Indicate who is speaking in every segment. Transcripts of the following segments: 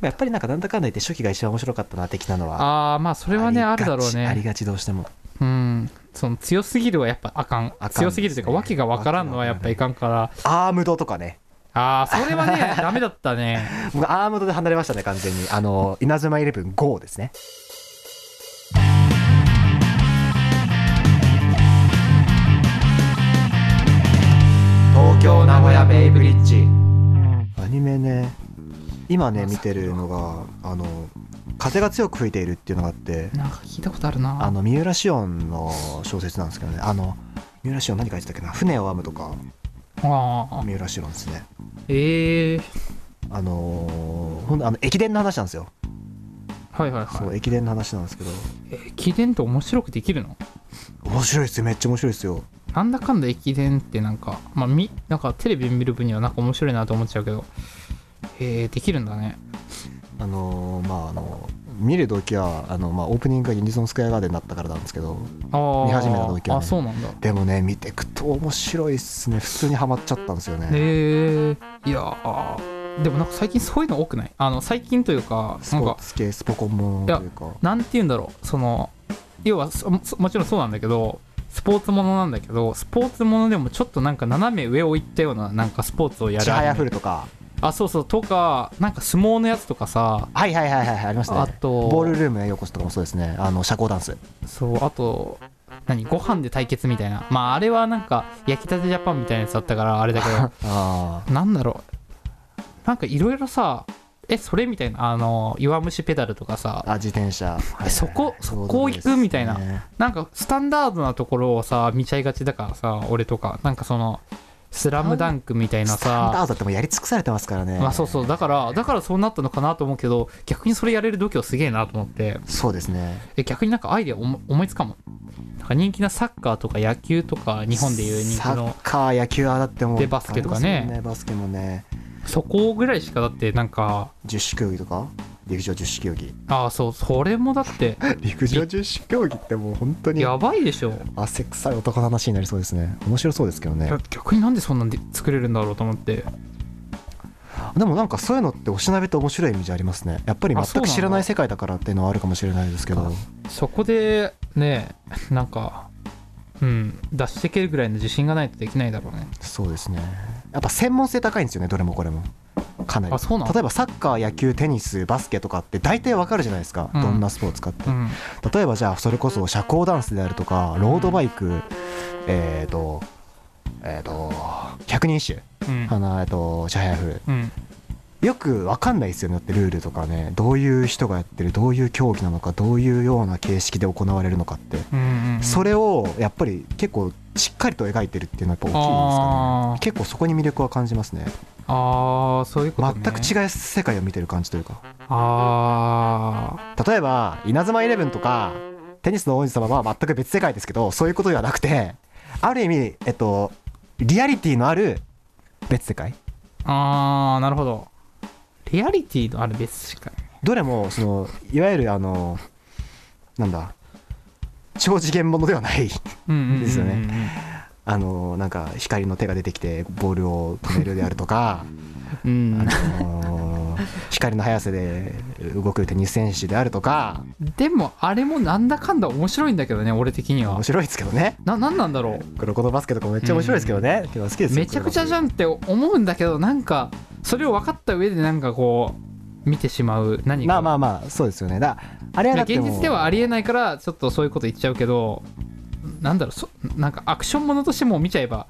Speaker 1: やっぱりなんかなんだかんだ言って初期が一番面白かったな的なのは
Speaker 2: ああまあそれはねあ
Speaker 1: り
Speaker 2: る
Speaker 1: がち
Speaker 2: だろう
Speaker 1: あり
Speaker 2: ね
Speaker 1: がちどうしても
Speaker 2: うんその強すぎるはやっぱあかん
Speaker 1: あかん
Speaker 2: 強すぎるというか
Speaker 1: ですね
Speaker 2: 訳が分からんのはやっぱいかんから
Speaker 1: アームドとかね
Speaker 2: ああそれはね ダメだったね
Speaker 1: 僕アームドで離れましたね完全にあの稲妻イレブン GO ですね東京名古屋ベイブリッジアニメね今ね見てるのがあの風が強く吹いているっていうのがあって
Speaker 2: なんか聞いたことあるな
Speaker 1: あの三浦紫音の小説なんですけどねあの三浦紫音何書いてたっけな船を編むとか
Speaker 2: ああ
Speaker 1: 三浦紫音ですね
Speaker 2: ええ
Speaker 1: あのーほんとあの駅伝の話なんですよ
Speaker 2: はいはい
Speaker 1: そ
Speaker 2: は
Speaker 1: う
Speaker 2: い
Speaker 1: 駅伝の話なんですけど
Speaker 2: え駅伝って面白くできるの
Speaker 1: 面白いですよめっちゃ面白いですよ
Speaker 2: なんだかんだ駅伝ってなんかまあみなんかテレビ見る分にはなんか面白いなと思っちゃうけどえー、できるんだね
Speaker 1: あのーまああの見る時はあの、まあ、オープニングがユニゾンスクエアガーデンだったからなんですけど
Speaker 2: あー
Speaker 1: 見始めた時はね
Speaker 2: あそうなんだ
Speaker 1: でもね見てくと面白いっすね普通にハマっちゃったんですよね
Speaker 2: えー、いやーでもなんか最近そういうの多くないあの最近というか
Speaker 1: ス
Speaker 2: なん
Speaker 1: ポ
Speaker 2: か
Speaker 1: ーツ系スポコンものというか
Speaker 2: なんて言うんだろうその要はそそもちろんそうなんだけどスポーツものなんだけどスポーツものでもちょっとなんか斜め上を行ったようななんかスポーツをや
Speaker 1: ち
Speaker 2: るア
Speaker 1: は
Speaker 2: ニメ
Speaker 1: やふるとか
Speaker 2: あそうそうとかなんか相撲のやつとかさ
Speaker 1: はいはいはいはいはいありましたね
Speaker 2: あと
Speaker 1: ボールルームへようこそとかもそうですねあの社交ダンス
Speaker 2: そうあと何ご飯で対決みたいなまああれはなんか焼きたてジャパンみたいなやつだったからあれだけ ど
Speaker 1: あ
Speaker 2: なんだろうなんかいろいろさえそれみたいなあの弱虫ペダルとかさ
Speaker 1: ーあ自転車、はいはいはい
Speaker 2: そこそこ行くみたいななんかスタンダードなところをさ見ちゃいがちだからさ俺とかなんかその「スラムダンクみたいな
Speaker 1: スタンダ
Speaker 2: さ
Speaker 1: ードってもうやり尽くされてますからね
Speaker 2: まあそうそうだからだからそうなったのかなと思うけど逆にそれやれる度胸すげえなと思って
Speaker 1: そうですね
Speaker 2: え逆になんかアイデア思思いつかんもんなんか人気なサッカーとか野球とか日本でいう人
Speaker 1: サ
Speaker 2: 気の
Speaker 1: ッカー野球はだってもう
Speaker 2: でバスケとかね
Speaker 1: ありますもんバスケもね
Speaker 2: そこぐらいしかだってなんか
Speaker 1: 十種競技とか陸上十種競技
Speaker 2: ああそうそれもだ って
Speaker 1: 陸上十種競技ってもう本当に
Speaker 2: やばいでしょ
Speaker 1: 汗臭い男の話になりそうですね面白そうですけどね
Speaker 2: 逆になんでそんなんで作れるんだろうと思って
Speaker 1: でもなんかそういうのっておしなべて面白い意味じゃありますねやっぱり
Speaker 2: あそ
Speaker 1: 全く
Speaker 2: うなんだ
Speaker 1: 知らない世界だからっていうのはあるかもしれないですけど
Speaker 2: そこでねなんかうん出していけるぐらいの自信がないとできないだろうね
Speaker 1: そうですねやっぱ専門性高いんですよねどれもこれもかなり
Speaker 2: あそうなんだ
Speaker 1: 例えばサッカー野球テニスバスケとかって大体わかるじゃないですか、
Speaker 2: うん
Speaker 1: どんなスポーツかって
Speaker 2: うん
Speaker 1: 例えばじゃあそれこそ社交ダンスであるとかロードバイクえっ、ー、とえっ、ー、と百人一首
Speaker 2: うん
Speaker 1: あのえっ、とチャハヤフ
Speaker 2: うん
Speaker 1: よくわかんないですよねだってルールとかねどういう人がやってるどういう競技なのかどういうような形式で行われるのかって、
Speaker 2: うんうん
Speaker 1: そ
Speaker 2: れ
Speaker 1: れをやっぱり結構しっかりと描いてるっていうのはやっぱ大きいですか
Speaker 2: あ
Speaker 1: ね結構そこに魅力は感じますね
Speaker 2: ーあーそういうこと、ね、
Speaker 1: 全く違う世界を見てる感じというか
Speaker 2: あ
Speaker 1: 例えば稲妻イレブンとかテニスの王子様は全く別世界ですけどそういうことではなくてある意味えっとリアリティのある別世界
Speaker 2: ーあーなるほどリアリティのある別しか
Speaker 1: どれもそのいわゆるあのなんだ超次元ものではない
Speaker 2: うんうんうんうん
Speaker 1: ですよねあのなんか光の手が出てきてボールを止めるであるとか
Speaker 2: うん
Speaker 1: あの光の速さで動くテニス選手であるとか
Speaker 2: でもあれもなんだかんだ面白いんだけどね俺的には
Speaker 1: 面白いですけどね
Speaker 2: ななんなんだろう
Speaker 1: このこのバスケとかめっちゃ面白いですけどね、好きですよ
Speaker 2: めちゃくちゃじゃんって思うんだけどなんかそれを分かった上でなんかこう見てしまう何か
Speaker 1: まあまあまあそうですよねだあれはだって
Speaker 2: 現
Speaker 1: もう
Speaker 2: 実ではありえないからちょっとそういうこと言っちゃうけどなんだろうそなんかアクションものとしても見ちゃえば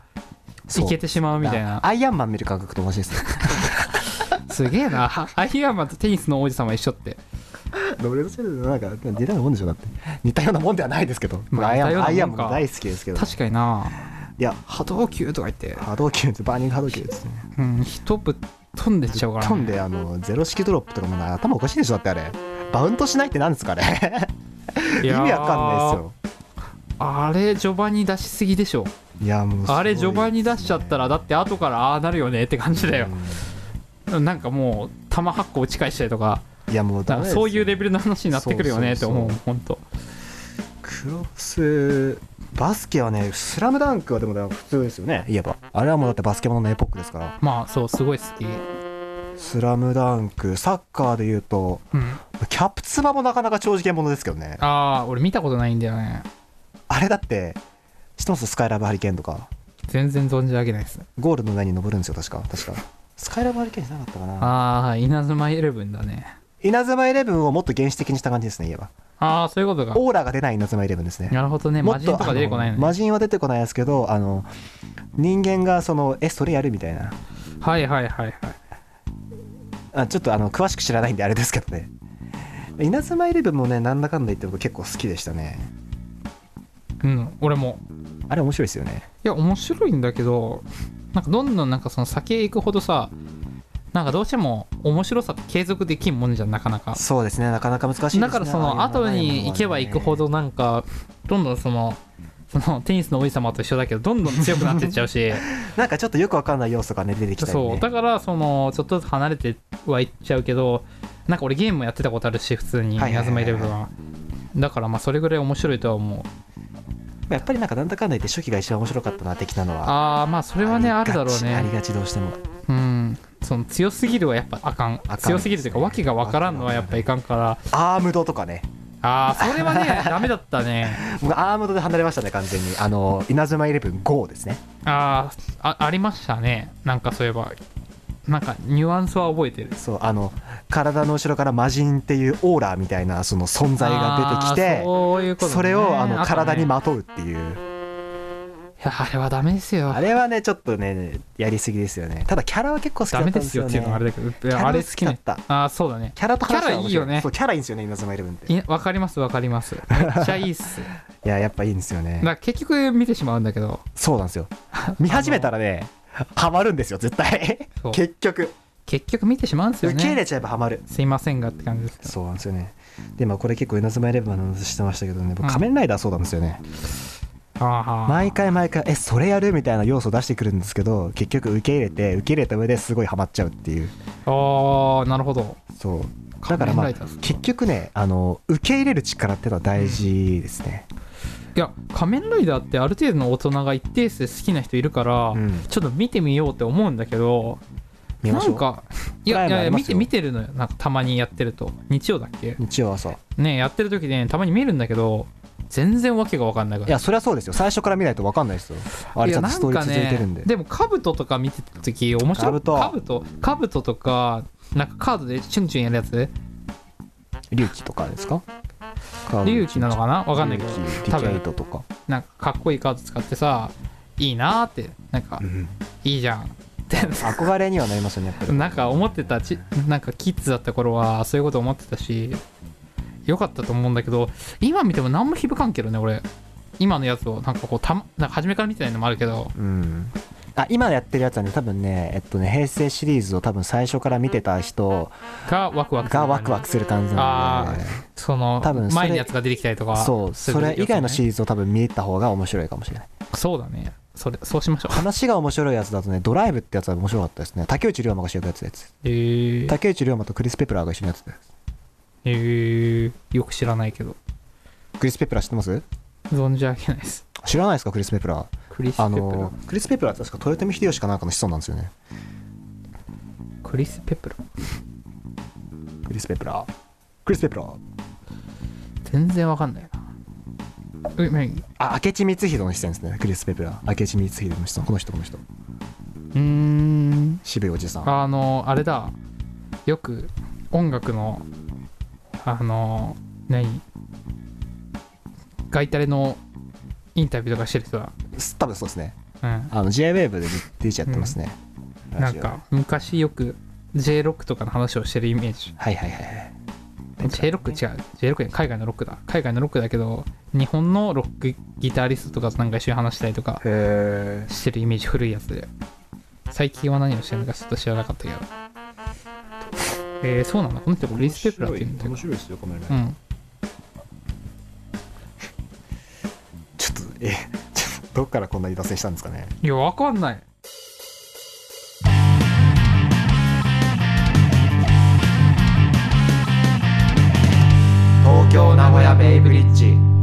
Speaker 1: そう
Speaker 2: いけてしまうみたいな
Speaker 1: アイアンマン見る感覚と同じです
Speaker 2: すげ えなはアイアンマンとテニスの王子様一緒って
Speaker 1: ロレルシェルなんか似たようなもんでしょだって似たようなもんではないですけど、
Speaker 2: まあ
Speaker 1: アイアンマンアイ
Speaker 2: 似た
Speaker 1: ア
Speaker 2: ようなも
Speaker 1: ン
Speaker 2: んか
Speaker 1: マン大好きですけど
Speaker 2: 確かにな
Speaker 1: にいや
Speaker 2: 波動球とか言って、
Speaker 1: 波動球バーニング波動球ですね
Speaker 2: うん、人ぶっ飛んでっちゃうから、ね、
Speaker 1: 飛んであのゼロ式ドロップとかもな頭おかしいでしょだってあれバウントしないってなんですかね
Speaker 2: い
Speaker 1: 意味
Speaker 2: やー
Speaker 1: わかんないですよ
Speaker 2: あれ序盤に出しすぎでしょ
Speaker 1: いやもうすごいですね
Speaker 2: あれ序盤に出しちゃったらだって後からああなるよねって感じだよなんかもう玉8個打ち返したりとか
Speaker 1: うんいやもうダ
Speaker 2: なん
Speaker 1: メで
Speaker 2: か
Speaker 1: すよ
Speaker 2: そういうレベルの話になってくるよねって思う
Speaker 1: そう
Speaker 2: 本当
Speaker 1: クロスバスケはね「スラムダンクはでも普通ですよね言えばあれはもうだってバスケモノのエポックですから
Speaker 2: まあそうすごい好き
Speaker 1: スラムダンクサッカーでいうと
Speaker 2: うん、
Speaker 1: キャプツバもなかなか長寿系ものですけどねあ
Speaker 2: ああ俺見たことないんだよね
Speaker 1: れだって知ってますスカイラブハリケーンとか
Speaker 2: 全然存じ上げないです
Speaker 1: ゴールの上に登るんですよ確か確かスカイラブハリケーンじゃなかったかな
Speaker 2: ああ稲妻イレブンだね
Speaker 1: 稲妻イレブンをもっと原始的にした感じですね言えば
Speaker 2: ああそういうことか
Speaker 1: オーラが出ない稲妻イレブンですね
Speaker 2: なるほどね
Speaker 1: も
Speaker 2: 魔
Speaker 1: っ
Speaker 2: 人とか出てこない
Speaker 1: あ
Speaker 2: の
Speaker 1: の
Speaker 2: ね
Speaker 1: 魔人は出てこないですけどあの人間がそのえそれやるみたいな
Speaker 2: はいはいはいはい
Speaker 1: あちょっとあの詳しく知らないんであれですけどね稲妻イレブンもねなんだかんだ言って僕結構好きでしたね
Speaker 2: うん俺も
Speaker 1: あれ面白いですよね
Speaker 2: いや面白いんだけどなんかどんどんなんかその先へ行くほどさなんかどうしても面白さって継続できんもんじゃんなかなか
Speaker 1: そうですねなかなか難しいですね
Speaker 2: だからその
Speaker 1: ああいう長いの
Speaker 2: 後
Speaker 1: はね
Speaker 2: に行けば行くほどなんかどんどんそのそのテニスの王子様と一緒だけどどんどん強くなってっちゃうし
Speaker 1: なんかちょっとよくわかんない要素がね出てきたり
Speaker 2: そう
Speaker 1: ね
Speaker 2: だからそのちょっとずつ離れてはいっちゃうけどなんか俺ゲームもやってたことあるし普通に
Speaker 1: はいはい
Speaker 2: 稲
Speaker 1: はいは
Speaker 2: 妻
Speaker 1: い
Speaker 2: イレブンはだからまあそれぐらい面白いとは思う
Speaker 1: やっぱりなんかなんだかんだ言って初期が一番面白かったな的なのは
Speaker 2: ああまあそれはねあるだろう
Speaker 1: あり
Speaker 2: ね
Speaker 1: がちどうしても
Speaker 2: うんその強すぎるはやっぱあかん
Speaker 1: あかん
Speaker 2: 強すぎるというか訳が分からんのはやっぱいかんから
Speaker 1: アームドとかね
Speaker 2: ああそれ はねダメだったね
Speaker 1: 僕アームドで離れましたね完全にあの稲妻イレブン GO ですね
Speaker 2: あーあありましたねなんかそういえばなんかニュアンスは覚えてる
Speaker 1: そうあの体の後ろから魔人っていうオーラみたいなその存在が出てき
Speaker 2: あー
Speaker 1: て
Speaker 2: そういうこと
Speaker 1: そ
Speaker 2: ね、
Speaker 1: れをあ
Speaker 2: と
Speaker 1: の
Speaker 2: ね
Speaker 1: 体に
Speaker 2: い
Speaker 1: まとうっていう
Speaker 2: やあれはダメですよ
Speaker 1: あれはねちょっとねやりすぎですよねただキャラは結構好きだ
Speaker 2: ダ
Speaker 1: った
Speaker 2: メ
Speaker 1: んで
Speaker 2: ですす
Speaker 1: よ
Speaker 2: よ
Speaker 1: ね
Speaker 2: っていうのはあれだけどいやあれ好き
Speaker 1: キャラ
Speaker 2: な
Speaker 1: は好きだった
Speaker 2: あーそうだね
Speaker 1: キャラと話が面白
Speaker 2: キャラいいよね
Speaker 1: そうキャラいいんですよね稲妻イレブンってい
Speaker 2: いわかりますわかりますめっちゃいいっす
Speaker 1: ややっぱいいんですよね
Speaker 2: だから結局見てしまうんだけど
Speaker 1: そうなんですよ見始めたらねハマるんですよ絶対
Speaker 2: そう
Speaker 1: 結局
Speaker 2: 結局見てしまうんですよ
Speaker 1: 受
Speaker 2: ね
Speaker 1: け入れちゃえばハマる
Speaker 2: すいませんがって感じですけど
Speaker 1: そうなんですよねでまあこれ結構稲妻イレブンの話してましたけどね僕
Speaker 2: うん
Speaker 1: 仮面ライダーそうなんですよね、
Speaker 2: あー
Speaker 1: 毎回毎回えそれやるみたいな要素出してくるんですけど結局受け入れて受け入れた上ですごいハマっちゃうっていう
Speaker 2: ああなるほど
Speaker 1: そうだからまあ
Speaker 2: 仮面ライダーっすか
Speaker 1: 結局ねあの受け入れる力ってのは大事ですね、
Speaker 2: いや仮面ライダーってある程度の大人が一定数好きな人いるから、
Speaker 1: うん
Speaker 2: ちょっと見てみようって思うんだけど
Speaker 1: 見ま
Speaker 2: な
Speaker 1: しょ
Speaker 2: ん
Speaker 1: う
Speaker 2: かい
Speaker 1: ライ
Speaker 2: やい
Speaker 1: ブあ
Speaker 2: やい
Speaker 1: り
Speaker 2: や
Speaker 1: ま
Speaker 2: 見
Speaker 1: す
Speaker 2: て
Speaker 1: よ
Speaker 2: 見てるのよなんかたまにやってると日曜だっけ
Speaker 1: 日曜朝
Speaker 2: ねやってる時ねたまに見るんだけど全然わけが分かんないか
Speaker 1: い
Speaker 2: ら
Speaker 1: やそりゃそうですよ最初から見ないと分かんないですよあれ
Speaker 2: い
Speaker 1: ちゃ
Speaker 2: や
Speaker 1: んとストーリー続いてるんで
Speaker 2: なかね、でもカブトとか見てた時面白い
Speaker 1: 兜
Speaker 2: カブトカブトとかなんかカードでチュンチュンやるやつ
Speaker 1: 龍騎とかですか
Speaker 2: 龍騎なのかな分かんないけど
Speaker 1: 龍騎
Speaker 2: 多
Speaker 1: リケイ
Speaker 2: 分
Speaker 1: トとか、
Speaker 2: なんかかっこいいカード使ってさいいなーってなんか
Speaker 1: うん
Speaker 2: いいじゃんって
Speaker 1: 憧れにはなりますよねやっぱり
Speaker 2: なんか思ってたちなんかキッズだった頃はそういうこと思ってたし良かったと思うんだけど今見ても何も響かんけどね俺今のやつをなんかこうた、ま、なんか初めから見てないのもあるけど
Speaker 1: うんあ今やってるやつはね多分ねえっとね平成シリーズを多分最初から見てた人
Speaker 2: がワクワク
Speaker 1: がワクワ
Speaker 2: ク
Speaker 1: クする感じなんで、ね、
Speaker 2: その
Speaker 1: 多分それ
Speaker 2: 前のやつが出てきたりとか
Speaker 1: そう
Speaker 2: す
Speaker 1: そ
Speaker 2: るやつね
Speaker 1: れ以外のシリーズを多分見た方が面白いかもし れない
Speaker 2: そうだねそれそう しましょう
Speaker 1: 話が面白いやつだとねドライブってやつは面白かったですね竹内涼真が主役やってたやつ
Speaker 2: えー、
Speaker 1: 竹内涼真とクリス・ペプラーが一緒にやってたや
Speaker 2: えー、よく知らないけど
Speaker 1: つクリス・ペプラー知ってます
Speaker 2: 存じ上げないです
Speaker 1: 知らないですかクリス・ペプラー
Speaker 2: クリス・ペ
Speaker 1: あ
Speaker 2: プラ
Speaker 1: のクリス・ペプラーって確か豊臣秀吉かなんかの子孫なんですよね
Speaker 2: クリス・ペプラ
Speaker 1: クリス・ペプラークリス・ペプラー
Speaker 2: 全然わかんないなえ何
Speaker 1: あ明智光秀の子孫ですねクリス・ペプラー明智光秀の子孫この人この人
Speaker 2: うーん
Speaker 1: 渋いおじさん
Speaker 2: あのあれだよく音楽のあの何ガイタレのインタビューとかしてる人だ
Speaker 1: す多分そうですね
Speaker 2: うん
Speaker 1: あの JWAVE で DJ やってますね、
Speaker 2: な
Speaker 1: ラ
Speaker 2: ん
Speaker 1: ジオ
Speaker 2: か昔よく J ロックとかの話をしてるイメージ
Speaker 1: はいはいはいはい
Speaker 2: J ロック違う J ロックや海外のロックだ海外のロックだけど日本のロックギタリストとかとなんか一緒に話したりとか
Speaker 1: へえ
Speaker 2: してるイメージ古いやつで最近は何をしてるのかちょっと知らなかったけどえー、そうなんだこの人クリス・ペプラーって言うんだよ
Speaker 1: 白いですよこの
Speaker 2: う
Speaker 1: ちょ
Speaker 2: ん
Speaker 1: っとえちょっとどっからこんなに脱線したんですかね
Speaker 2: いや、わかんない。
Speaker 1: 東京名古屋ベイブリッジ